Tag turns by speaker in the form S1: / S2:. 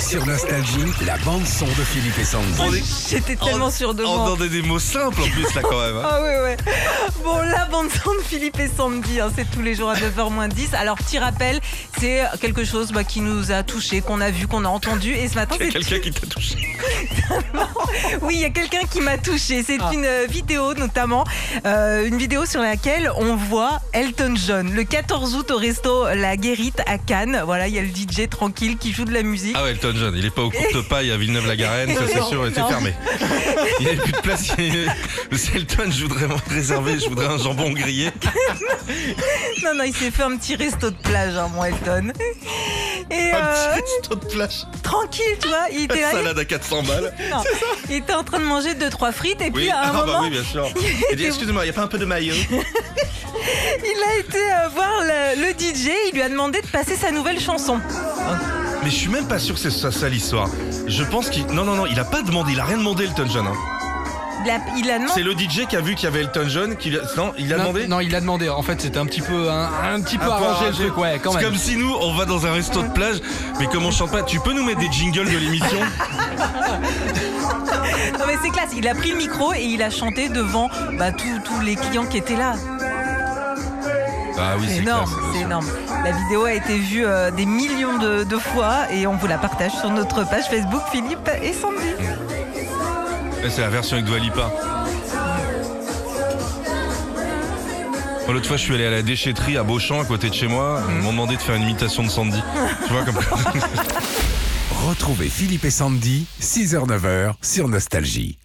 S1: Sur Nostalgie, la bande-son de Philippe et Sandy.
S2: On est-
S3: J'étais tellement sûre de
S2: on
S3: moi.
S2: entendait des mots simples en plus là quand même. hein.
S3: Ah oui, ouais. Bon, la bande son de Philippe et Sandy, hein, c'est tous les jours à 9h moins 10. Alors, petit rappel, c'est quelque chose bah, qui nous a touché, qu'on a vu, qu'on a entendu. Et ce matin,
S2: Il y a
S3: c'est
S2: quelqu'un qui t'a touché.
S3: Oui, il y a quelqu'un qui m'a touchée. C'est une euh, vidéo notamment, euh, une vidéo sur laquelle on voit Elton John le 14 août au resto La Guérite à Cannes. Voilà, il y a le DJ tranquille qui joue de la musique.
S2: Ah ouais, Elton John, il est pas au cours de paille à Villeneuve-la-Garenne, ça c'est
S3: Non,
S2: sûr, il était
S3: non.
S2: fermé. Il n'y avait plus de place. il- Monsieur Elton, je voudrais m'en réserver, je voudrais un jambon grillé.
S3: Non, non, il s'est fait un petit resto de plage, hein, mon Elton. Et euh,
S2: Un petit resto de plage,
S3: tranquille, tu vois, il était là,
S2: salade à 400 balles.
S3: non, il était en train de manger deux trois frites et
S2: Oui,
S3: puis à un
S2: ah bah
S3: moment,
S2: oui, bien sûr.
S3: était-
S2: Il dit, excusez-moi, il n'y a pas un peu de maillot
S3: il a été euh, voir le, le DJ, il lui a demandé de passer sa nouvelle chanson.
S2: Mais je suis même pas sûr que c'est ça, ça l'histoire. Je pense qu'il. Non, non, non, il a pas demandé, il a rien demandé, Elton John. hein.
S3: Il a, il a demandé
S2: C'est le DJ qui a vu qu'il y avait Elton John, qui. lui a- Non, il a
S4: Non,
S2: demandé
S4: Non, il l'a demandé. En fait, c'était un petit peu, un, un petit peu
S2: Un peu
S4: arrangé le
S2: arrangé.
S4: truc, ouais, quand
S2: C'est
S4: même.
S2: comme si nous, on va dans un resto de plage, mais comme on chante pas, tu peux nous mettre des jingles de l'émission
S3: Non mais c'est classe, il a pris le micro et il a chanté devant bah, tous tous les clients qui étaient là.
S2: Ah oui,
S3: C'est énorme, c'est énorme. La vidéo a été vue euh, des millions de, de fois et on vous la partage sur notre page Facebook Philippe et Sandy.
S2: Et Eh, C'est la version avec Dua Lipa. Moi, L'autre fois, je suis allé à la déchetterie à Beauchamp, à côté de chez moi. Ils m'ont demandé de faire une imitation de Sandy. Tu vois, comme
S1: Retrouvez Philippe et Sandy, 6h-9h sur Nostalgie.